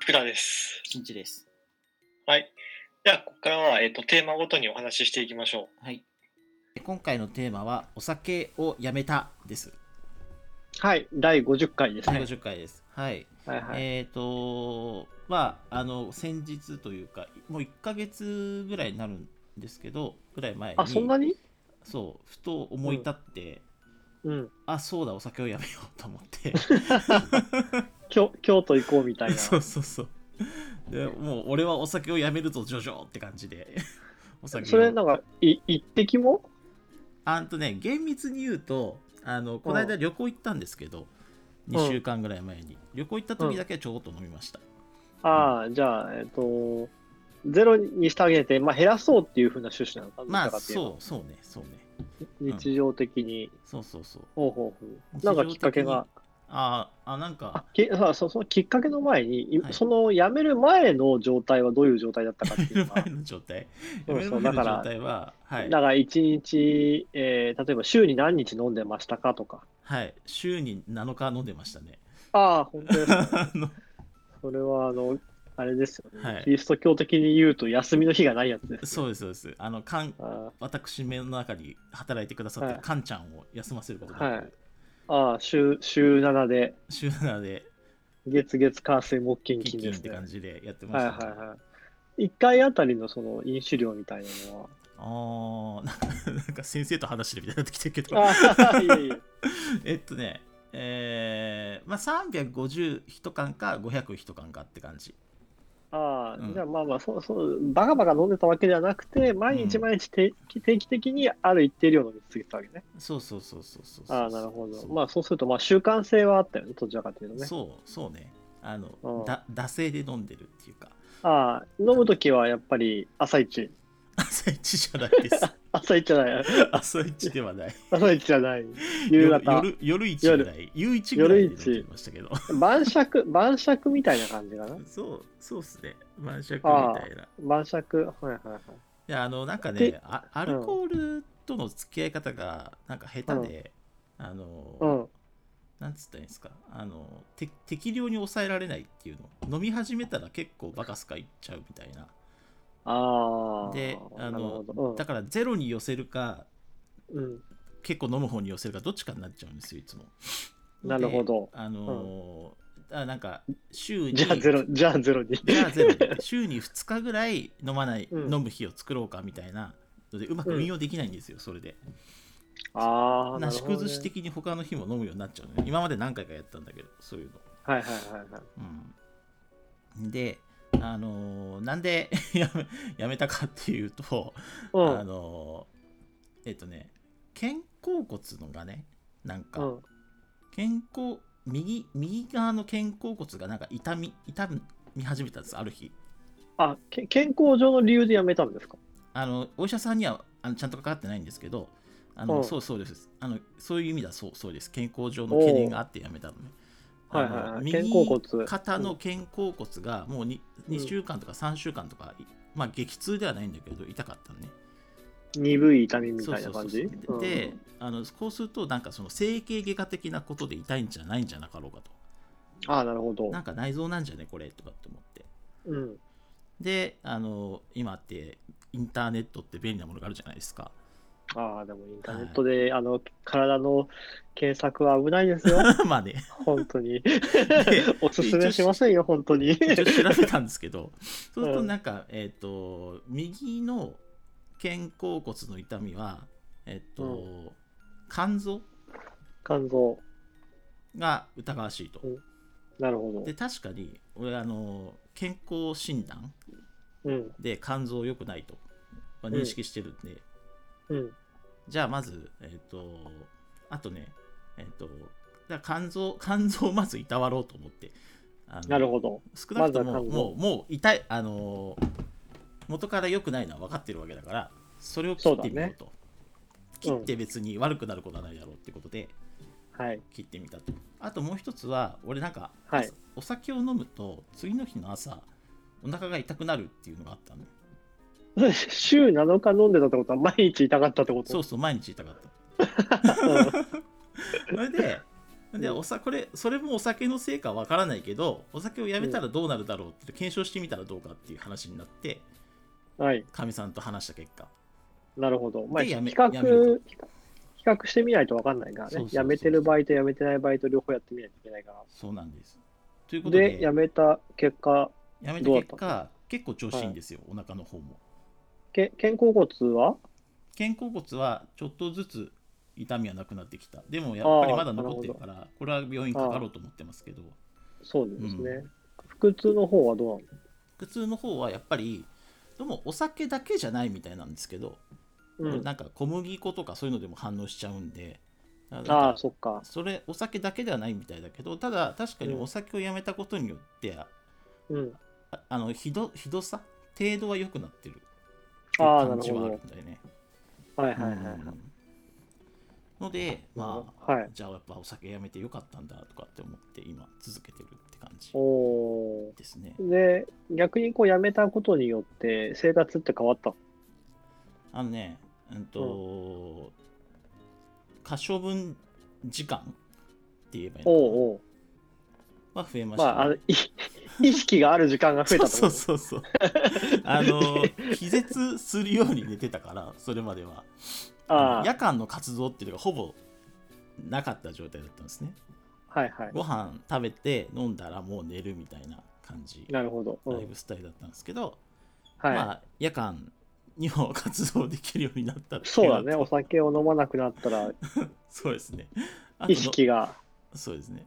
福田です。新地です。はい。では、ここからは、えっ、と、テーマごとにお話ししていきましょはい。今回のテーマは、お酒をやめたです。はい、第50回ですね。 150回です。はい。はいはい。えっ、と、まあ、あの、先日というか、もう1ヶ月ぐらいになるんですけど、ぐらい前に、あ、そんなにそう、ふと思い立って、うん。あ、そうだ、お酒をやめようと思って、京京都行こうみたいな。 そうそうそう。でもう、俺はお酒をやめるぞ、ジョジョって感じで。 お酒をそれなんか、い一滴もあんとね厳密に言うとあのこの間旅行行ったんですけど、ん2週間ぐらい前に旅行行った時だけちょこっと飲みました、ああ、じゃあ、えっ、と、ゼロにしてあげて、まあ、減らそうっていうふうな趣旨なのかな。まどあちらかといえばそうそうねそうね日常的に。そうそうそうほうほうほ日う常な的にんかきっかけが。あーあなんあかきさあそそのきっかけの前に、いはいその辞める前の状態はどういう状態だったかって目いうのの 前は、の状態そう目のそう前だのから状態ははいだから一日、えー例えば週に何日飲んでましたかとか。はい週に7日飲んでましたねああ、本当ですか。 あのそれは、あの、あれですよね。はいキリスト教的に言うと、休みの日がないやつです。そうですそうですあのかんあ私目の中に働いてくださってるはいカンちゃんを休ませることなく、はいあ、週、週7で、週7で月月火水木金キ金ンキでンっすてね。感じでやってまはいしたね、はいはい。1回あたりのその飲酒量みたいな のは。あーなんかなんか先生と話してるみたいになってきてるけど、ああ、いえいえ。えっとね、えーまあ、350一缶か500一缶かって感じ。あうあ、んじゃあまあまあ、そうそう、バカバカ飲んでたわけではなくて、毎日毎日定期定期的にある一定量飲み続けてたわけね。そうそうそうそうそうそう。ああ、なるほど。そうまあそうすると、まあ習慣性はあったよね、どちらかというとね。そうそうね。あの、うんだ惰性で飲んでるっていうか、 ああ、飲むときはやっぱり朝一。朝一じゃないです。 朝一じゃない。朝一ではない。朝一じゃない。夕方。夜夜夜一ぐらい。夕一ぐらいで飲んでましたけど。晩酌、晩酌みたいな感じかな。そうそうっすね。晩酌みたいな。晩酌。はいはいはい。いやあのなんかねであアルコールとの付き合い方がなんか下手で、あの、うん。なんつったらいいんですかあのて適量に抑えられないっていうの飲み始めたら結構バカスカいっちゃうみたいなああ。でなあるほの、ど。だからゼロに寄せるかうん。うん。結構飲む方に寄せるかどっちかになっちゃうんですよいつも なるほどであのーあなんか週にじゃあゼロ、じゃあゼロに。じゃあゼロで週に2日ぐらい飲まない、うん飲む日を作ろうかみたいなのでうまく運用できないんですよ、それでああ。ななるしほどね崩し。的に他の日も飲むようになっちゃうね今まで何回かやったんだけどそういうのはいはいはいはい。うん、で、あのーなんで やめやめたかっていうと、うあん。のーえっとね肩甲骨のがねなんか、うん、肩甲右右側の肩甲骨がなんか痛み痛み始めたんですある日あけ、健康上の理由でやめたんですかあのお医者さんにはあのちゃんとかかってないんですけどあの、うんそうそうですあのそういう意味だそうそうです健康上の懸念があってやめたのねはいあのはいはい右肩甲骨肩の肩甲骨がもう 2, うん2週間とか3週間とか、いまあ激痛ではないんだけど痛かったのね鈍い痛みみそうたいそなうそう感そうじで,、であのこうするとなんかその整形外科的なことで痛いんじゃないんじゃなかろうかとああ、なるほどな。んか内臓なんじゃねこれとかって思ってうん。であの今ってインターネットって便利なものがあるじゃないですか ああ、でもインターネットで、あの、体の検索は危ないですよ。 まあね本当に。でおすすめしませんよ、本当に。一応調べたんですけ どそうするとうんなんか、えっ、と右の肩甲骨の痛みはえっ、と、う肝臓肝臓。が疑わしいと、うんなるほで確かに俺あの健康診断ど。うん。で肝臓良くないと、まあ、うん認識してるんで、うん。じゃあまずえっ、とあとねえっ、とだから肝臓肝臓をまずいたわろうと思ってあのなるほど。少なくとも、まずは肝臓もうもう痛いあのー元から良くないのは分かってるわけだからそれを切ってみようとそうだね切って別に悪くなることはないだろうってことではい。切ってみたとあともう一つは俺なんか、はいお酒を飲むと次の日の朝お腹が痛くなるっていうのがあったの週7日飲んでたってことは毎日痛かったってことそう うそう毎日痛かったん。それででおさこれそれもお酒のせいかわからないけどお酒をやめたらどうなるだろうって検証してみたらどうかっていう話になってはい。かみさんと話した結果なるほど。まあ、で比やめ較、やめる比較してみないとわかんないからね。そうそうそうやめてる場合とやめてない場合と両方やってみないといけないかそうなんですというこら。とでで、やめた結果、やめたどうだっ結た果結構調子いいんですよ、お腹の方もけ肩甲骨は肩甲骨はちょっとずつ痛みはなくなってきたでもやっぱりまだ残ってるからこれは病院かかろうと思ってますけどそうですね。う腹痛の方はどうなの腹痛の方はやっぱりどうもお酒だけじゃないみたいなんですけど、うん、なんか小麦粉とかそういうのでも反応しちゃうんでなんかああ、そっか。それお酒だけではないみたいだけどただ確かにお酒をやめたことによって、うん。ああのひどひどさ程度は良くなってるっていうああ、な感るじはほあどるん。だよね。はいはいはいはい。うんのでまあ、はいじゃあやっぱお酒やめてよかったんだとかって思って今続けてるって感じおですね。ーで、逆にこう、やめたことによって、生活って変わったのあのね、うんと、可処分時間って言えばいいのかなおうおう。まあ増えましまたね、あ、あの、い 意識がある時間が増えたってことそうそうそうそう。あの、気絶するように寝てたから、それまでは。あ夜間の活動っていうのがほぼなかった状態だったんですね。あ、はいはい。ご飯食べて飲んだらもう寝るみたいな感じ、なるほど。うんライフスタイルだったんですけど、はい。まあ夜間にも活動できるようになったっていそうだのね、とお酒を飲まなくなった ら、そうですね。あと意の識が。そうですね。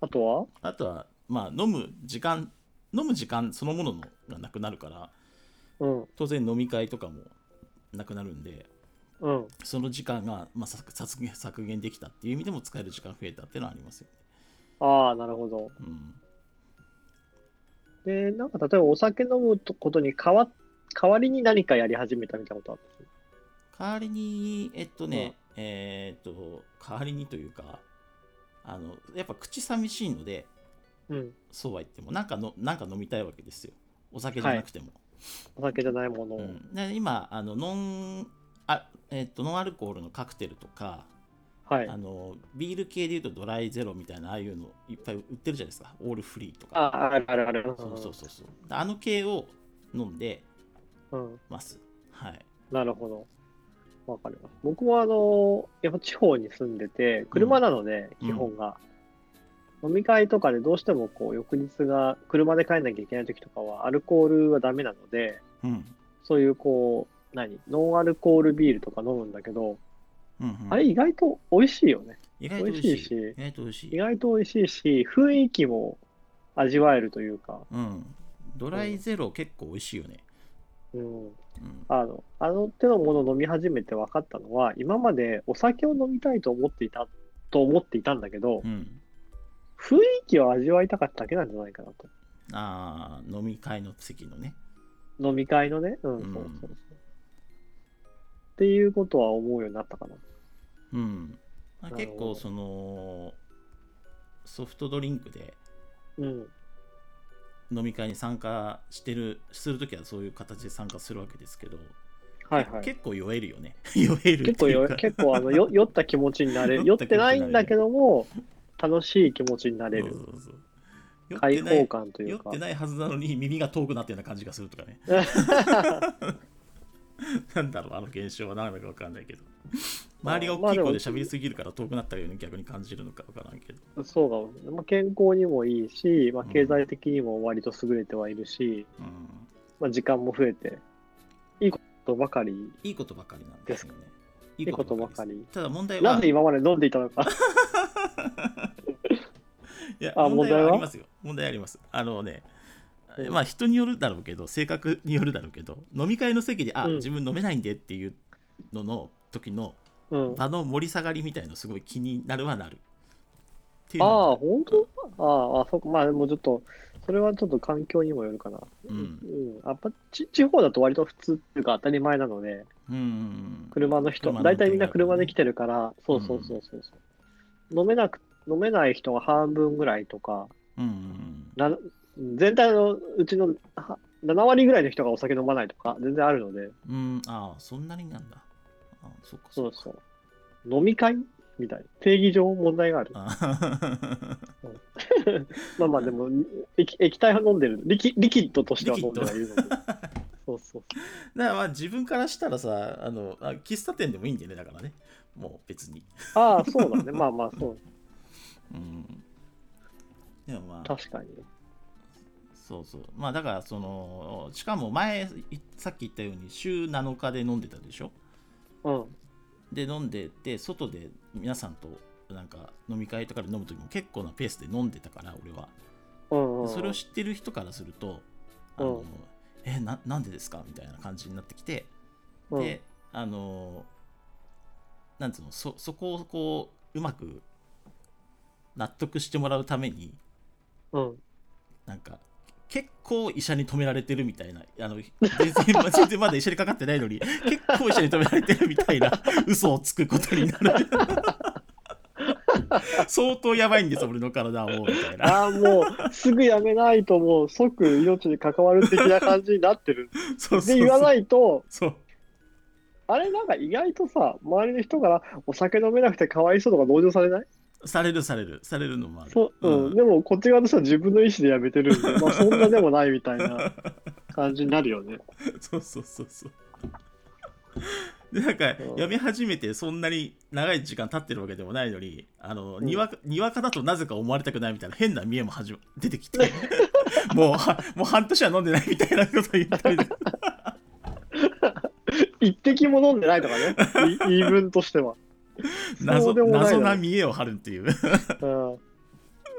あとはあとは、まあ、飲む時間、飲む時間そのもののがなくなるから、うん、当然飲み会とかもなくなるんで、うん。その時間が、まあ、さ削減削減できたっていう意味でも使える時間増えたっていうのはありますよね。ああ、なるほど。うん、で、なんか例えばお酒飲むことに代わ代わりに何かやり始めたみたいなことあっ代わりに、えっとね、えーっと、代わりにというか、あの、やっぱ口寂しいので、たうん。そうは言っても、なんかのなんか飲みたいわけですよ。お酒じゃなくても。お酒じゃないものを。うん、で今あのノンあ、えっとノンアルコールのカクテルとか、はいあ。のビール系でいうとドライゼロみたいなああいうのいっぱい売ってるじゃないですかオールフリーとあかあ、あるあるある。そうそうそうそうあの系を飲んでうん。うん。ますはいなるほど。わかります。僕はあの、やっぱ地方に住んでて、車なので、うん基本が。飲み会とかでどうしてもこう翌日が車で帰んなきゃいけない時とかはアルコールはダメなので、うんそういうこう、何ノンアルコールビールとか飲むんだけど、うんうんあれ意外と美味しいよね。意外と美味し美い味しいし意外と美味し意い、外と美味しいし、雰囲気も味わえるというか、うん、ドライゼロ結構美味しいよね、うん、うん、あの、あの手のものを飲み始めて分かったのは、今までお酒を飲みたいと思っていた、と思っていたんだけど、うん、雰囲気を味わいたかっただけなんじゃないかなと。あー飲み会の席のね飲み会のね、うん、うんそうそうそう。っていうことは思うようになったかな。うん、まなあ、る結ほど構そのソフトドリンクでうん、飲み会に参加してるするときはそういう形で参加するわけですけど、はいはい。結構酔えるよね 酔える結って構いようか結構あの よ酔った気持ちになれる。酔酔っった気持てなちになれるいんだけども、楽しい気持ちになれそうる。そうそう酔っ開てない放感とい酔うっか。てないはずなのに耳が遠くなったような感じがするとかね なんだろうあの現象は何だか分かんないけど周りが大きい声で喋りすぎるから遠くなったように逆に感じるのか分からんけ どそうかもね、まあ、健康にもいいし、まあ、うん経済的にも割と優れてはいるし、うんまあ、時間も増えて、いいことばかり、いいことばかりなんですよねいいいことばかですり。ただ問題はなぜ今まで飲んでいたのか。 いや、あ問題は問題はありますよ。問題あります。あのね、うんまあ人によるだろうけど、性格によるだろうけど、飲み会の席で、あ、うん自分飲めないんでっていうのの時のうん、あ場の盛り下がりみたいのすごい気になるはなる。っていうあのが、本当ああ、そうか。まあ、でもちょっと、それはちょっと環境にもよるかな。うんうん。やっぱち地方だと割と普通っていうか当たり前なので、うんうんうん。車の人、車の大体みんな車で来てるから、そうそうそうそうそう、飲めなく、飲めない人が半分ぐらいとか、うんうんな全体のうちのは7割ぐらいの人がお酒飲まないとか全然あるので、うん。うん、ああ、そんなになんだ。あそっかそそうっか。そう。飲み会みたい。定義上問題がある。あまあまあでも、液液体は飲んでるリキ。リキッドとしてはリキ飲ッんドではいるので。そうそうだからまあ自分からしたらさあのあ喫茶店でもいいんだよねだからねもう別にそう。ああ、そうだね。まあまあ、そう。うんでもまあ確かに。そうそうまあだからそのしかも前いさっき言ったように週7日で飲んでたでしょうん。で飲んでて外で皆さんとなんか飲み会とかで飲む時も結構なペースで飲んでたから俺はうん、うん。それを知ってる人からすると「あうのんえななんでですか?」みたいな感じになってきてうん、であのなんつうのそそこをこううまく納得してもらうためにうん。なんか結構医者に止められてるみたいなあの全然ま全然まだ医者にかかってないのに結構医者に止められてるみたいな嘘をつくことになる相当やばいんです俺の体はもうみたいなああ、もう、すぐやめないと、もう、即命に関わる的な感じになってる。 そうそで、う言わそうないと、そうあれ、なんか意外とさ、周りの人から、お酒飲めなくてかわいそうとか同情されないされるされるされるのもあるそう、うん、うんでも、こっち側としては自分の意思でやめてるん で、まあ、そんなでもないみたいな感じになるよね。そうそうそうそう。 でなんかうんやめ始めてそんなに長い時間経ってるわけでもないのにあの、うんにわかにわかだとなぜか思われたくないみたいな変な見えもはじま 出て きてもうはもう 半年は飲んでないみたいなこと言った りとか一滴も飲んでないとかね、い言い分としては。そ謎うでもないだろ謎な見えを張るっていううん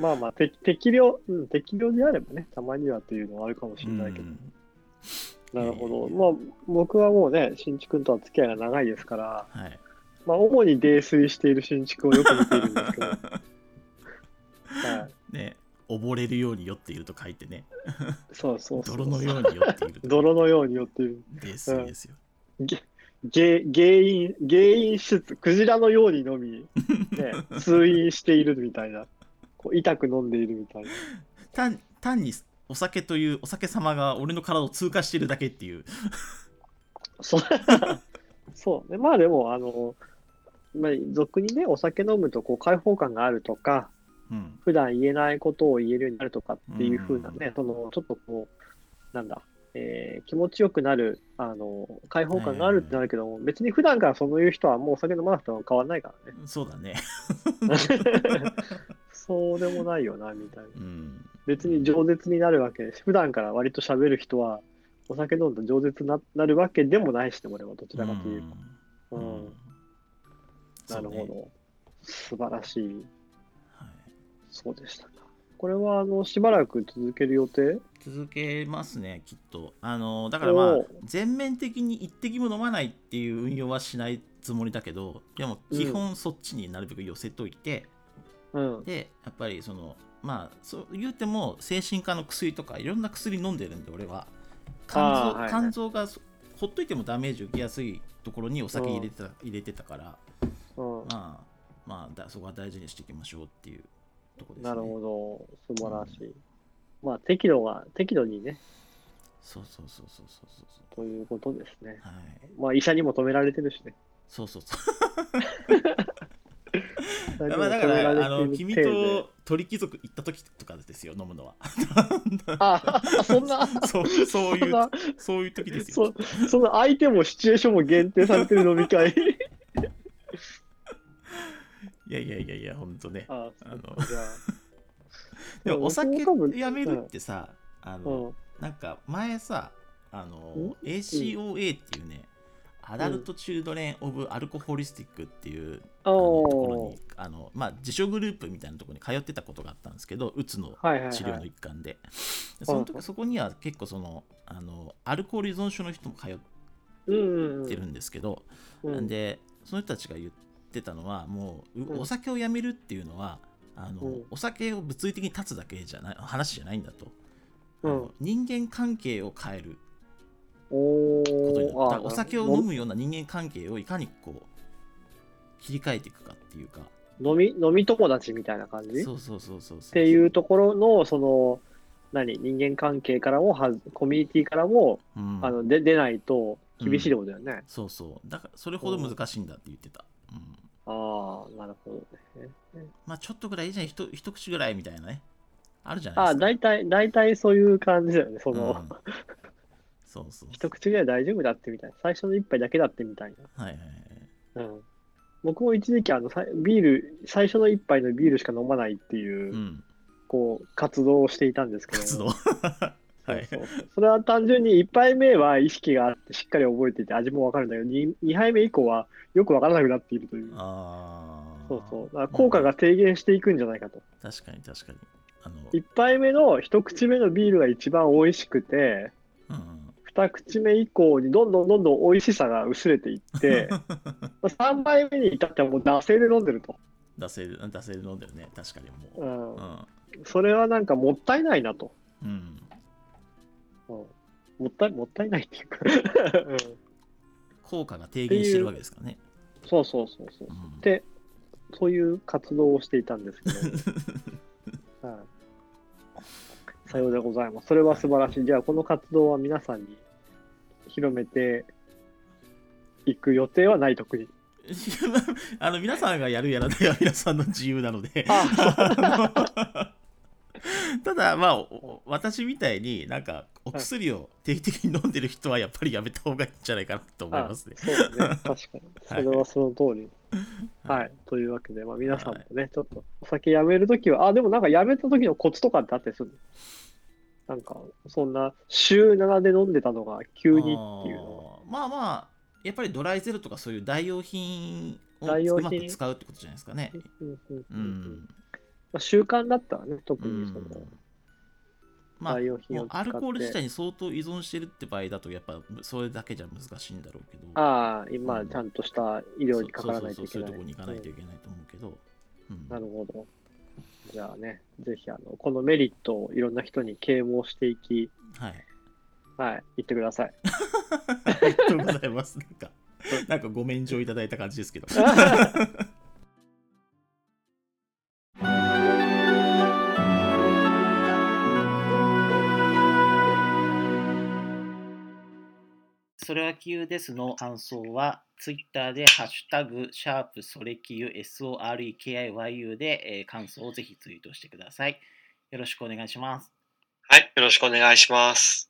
まあまあ、て適量、うん、適量であればね、たまにはっていうのはあるかもしれないけど、うんなるほど。ええまあ、僕はもうね、新築君とは付き合いが長いですから、はい、まあ、主に泥酔している新築をよく見ているん ですけど、はい、ね溺れるように酔っていると書いてねそうそうそう泥のように酔っている 泥のように寄っている。ですよですよ、げ原因、原因質、クジラのようにのみ、ね、通院しているみたいな、こう痛く飲んでいるみたいな。単単にお酒というお酒様が俺の体を通過しているだけっていうそうそうね、まあでも、あの、まあ、俗にね、お酒飲むとこう開放感があるとか、うん普段言えないことを言えるようになるとかっていう風なね、そのちょっとこう、なんだ、えー気持ちよくなる、あの開放感があるってなるけども、別に普段からそういう人はもうお酒飲まなくても変わんないからね。そうだね。そうでもないよな、みたいな。うん。別に饒舌になるわけです。普段から割と喋る人は、お酒飲んだ饒舌にななるわけでもないしね、俺はどちらかというと。ううんん。なるほど、。そうね素晴らしい。はいそうでしたか。これは、あの、しばらく続ける予定続けますね、きっと。あの、だからまあおう、全面的に一滴も飲まないっていう運用はしないつもりだけど、でも基本そっちになるべく寄せといて、うん。で、やっぱりその、まあ、そう言うても、精神科の薬とか、いろんな薬飲んでるんで、俺は。肝あーはい臓はい肝臓がそほっといてもダメージ受けやすいところにお酒入れてた入れてたから、うんまあ、まあだ、そこは大事にしていきましょうっていうとこですね。なるほど、素晴らしい。まあ、適度が、適度にね、そうそうそうそうそうそうそということですね。う。はい。まあ、医者にも止められてるしね。そうそう医そう。者にもまあ、だか止めら、れてあの、君体で。と鳥貴族行った時とかですよ、飲む のは。あ、そんな、そう、そうそいんうな、、そういう時ですよそ。そんな相手もシチュエーションも限定されてる飲み会。いやいやいやいや、ほんとね。あ、あの、じ ゃあ。でも、お酒多分やめるってさ、あうの、ん。なんか、前さ、あのん、 ACOA っていうね、アダルト・チルドレン・オブ・アルコホリスティックっていうあのところおーにあの、まあ、自助グループみたいなところに通ってたことがあったんですけどうつのはいはい治療はのい。一環で,、そのうんう時んそこには結構そのあのアルコール依存症の人も通っうんうんうん。てるんですけど、うんなんでその人たちが言ってたのはもう、ううんお酒をやめるっていうのはあの、うんお酒を物理的に断つだけじゃない話じゃないんだと、うんあの人間関係を変えるおことになるだかーらお酒を飲むような人間関係をいかにこう切り替えていくかっていうか。飲み飲み友達みたいな感じっそうそうそうそうそうっていうところのその何人間関係からもはずコミュニティからもうん、あので出ないと厳しいってことだよね。そうそうだからそれほど難しいんだって言ってた、うんああ、なるほどね。まあちょっとぐらいいいじゃん一一口ぐらいみたいなねあるじゃないあであ、すか大体、大体そういう感じだよね。その、うんそうそう 一口ぐらい大丈夫だってみたいな。最初の一杯だけだってみたいはいはいはいな。うん。僕も一時期あの、さいビール、最初の一杯のビールしか飲まないっていう、うんこう、活動をしていたんですけど。活動はいそうそうそれは単純に1杯目は意識があってしっかり覚えていて味も分かるんだけど 2, 2杯目以降はよく分からなくなっているというああそうそうだから効果が低減していくんじゃないかと確かに確かにあの1杯目の一口目のビールが一番美味しくてうんうん2口目以降にどんどんどんどん美味しさが薄れていって 3杯目に至ってはもう惰性で飲んでると、出せる出せるのだよね確かにうもんううんそれはなんかもったいないなと、うんうんもったいもったいないっていうか、うん効果が低減してるわけですからねそうそうそうそううんでそういう活動をしていたんですけどはいさようでございます。それは素晴らしい。じゃあ、この活動は皆さんに広めていく予定はない、特に。いやま ああの皆さんがやるやらないは皆さんの自由なのであのただまあお私みたいになんかお薬を定期的に飲んでる人はやっぱりやめた方がいいんじゃないかなと思いますねそうね、確かに。それはその通り。はい。はいというわけで、まあ、皆さんもね、ちょっとお酒やめるときは、あ、でもなんかやめたときのコツとかってあったりするのなんか、そんな、週7で飲んでたのが急にっていうのあーまあまあやっぱりドライゼロとかそういう代用品を代用う品まく使うってことじゃないですかねは。うんうんううんうんん、まあ、習慣だったらね、特うにその、ん、まあ代用品もをう使ってアルコール自体に相当依存してるって場合だとやっぱそれだけじゃ難しいんだろうけどああ、今、ちゃんとした医療にかからないといけそうそうそうそういうなとい。こに行かないといけないと思うけど、うんなるほど。じゃあね、ぜひあの、このメリットをいろんな人に啓蒙していき、 はいはい、言ってくだ さい。ありがとうございますなんかなんかご免状いただいた感じですけどそれはキユですの感想は、ツイッターでハッシュタグ、シャープ、それキユ、SOREKIYU で、えー感想をぜひツイートしてください。よろしくお願いします。はい、よろしくお願いします。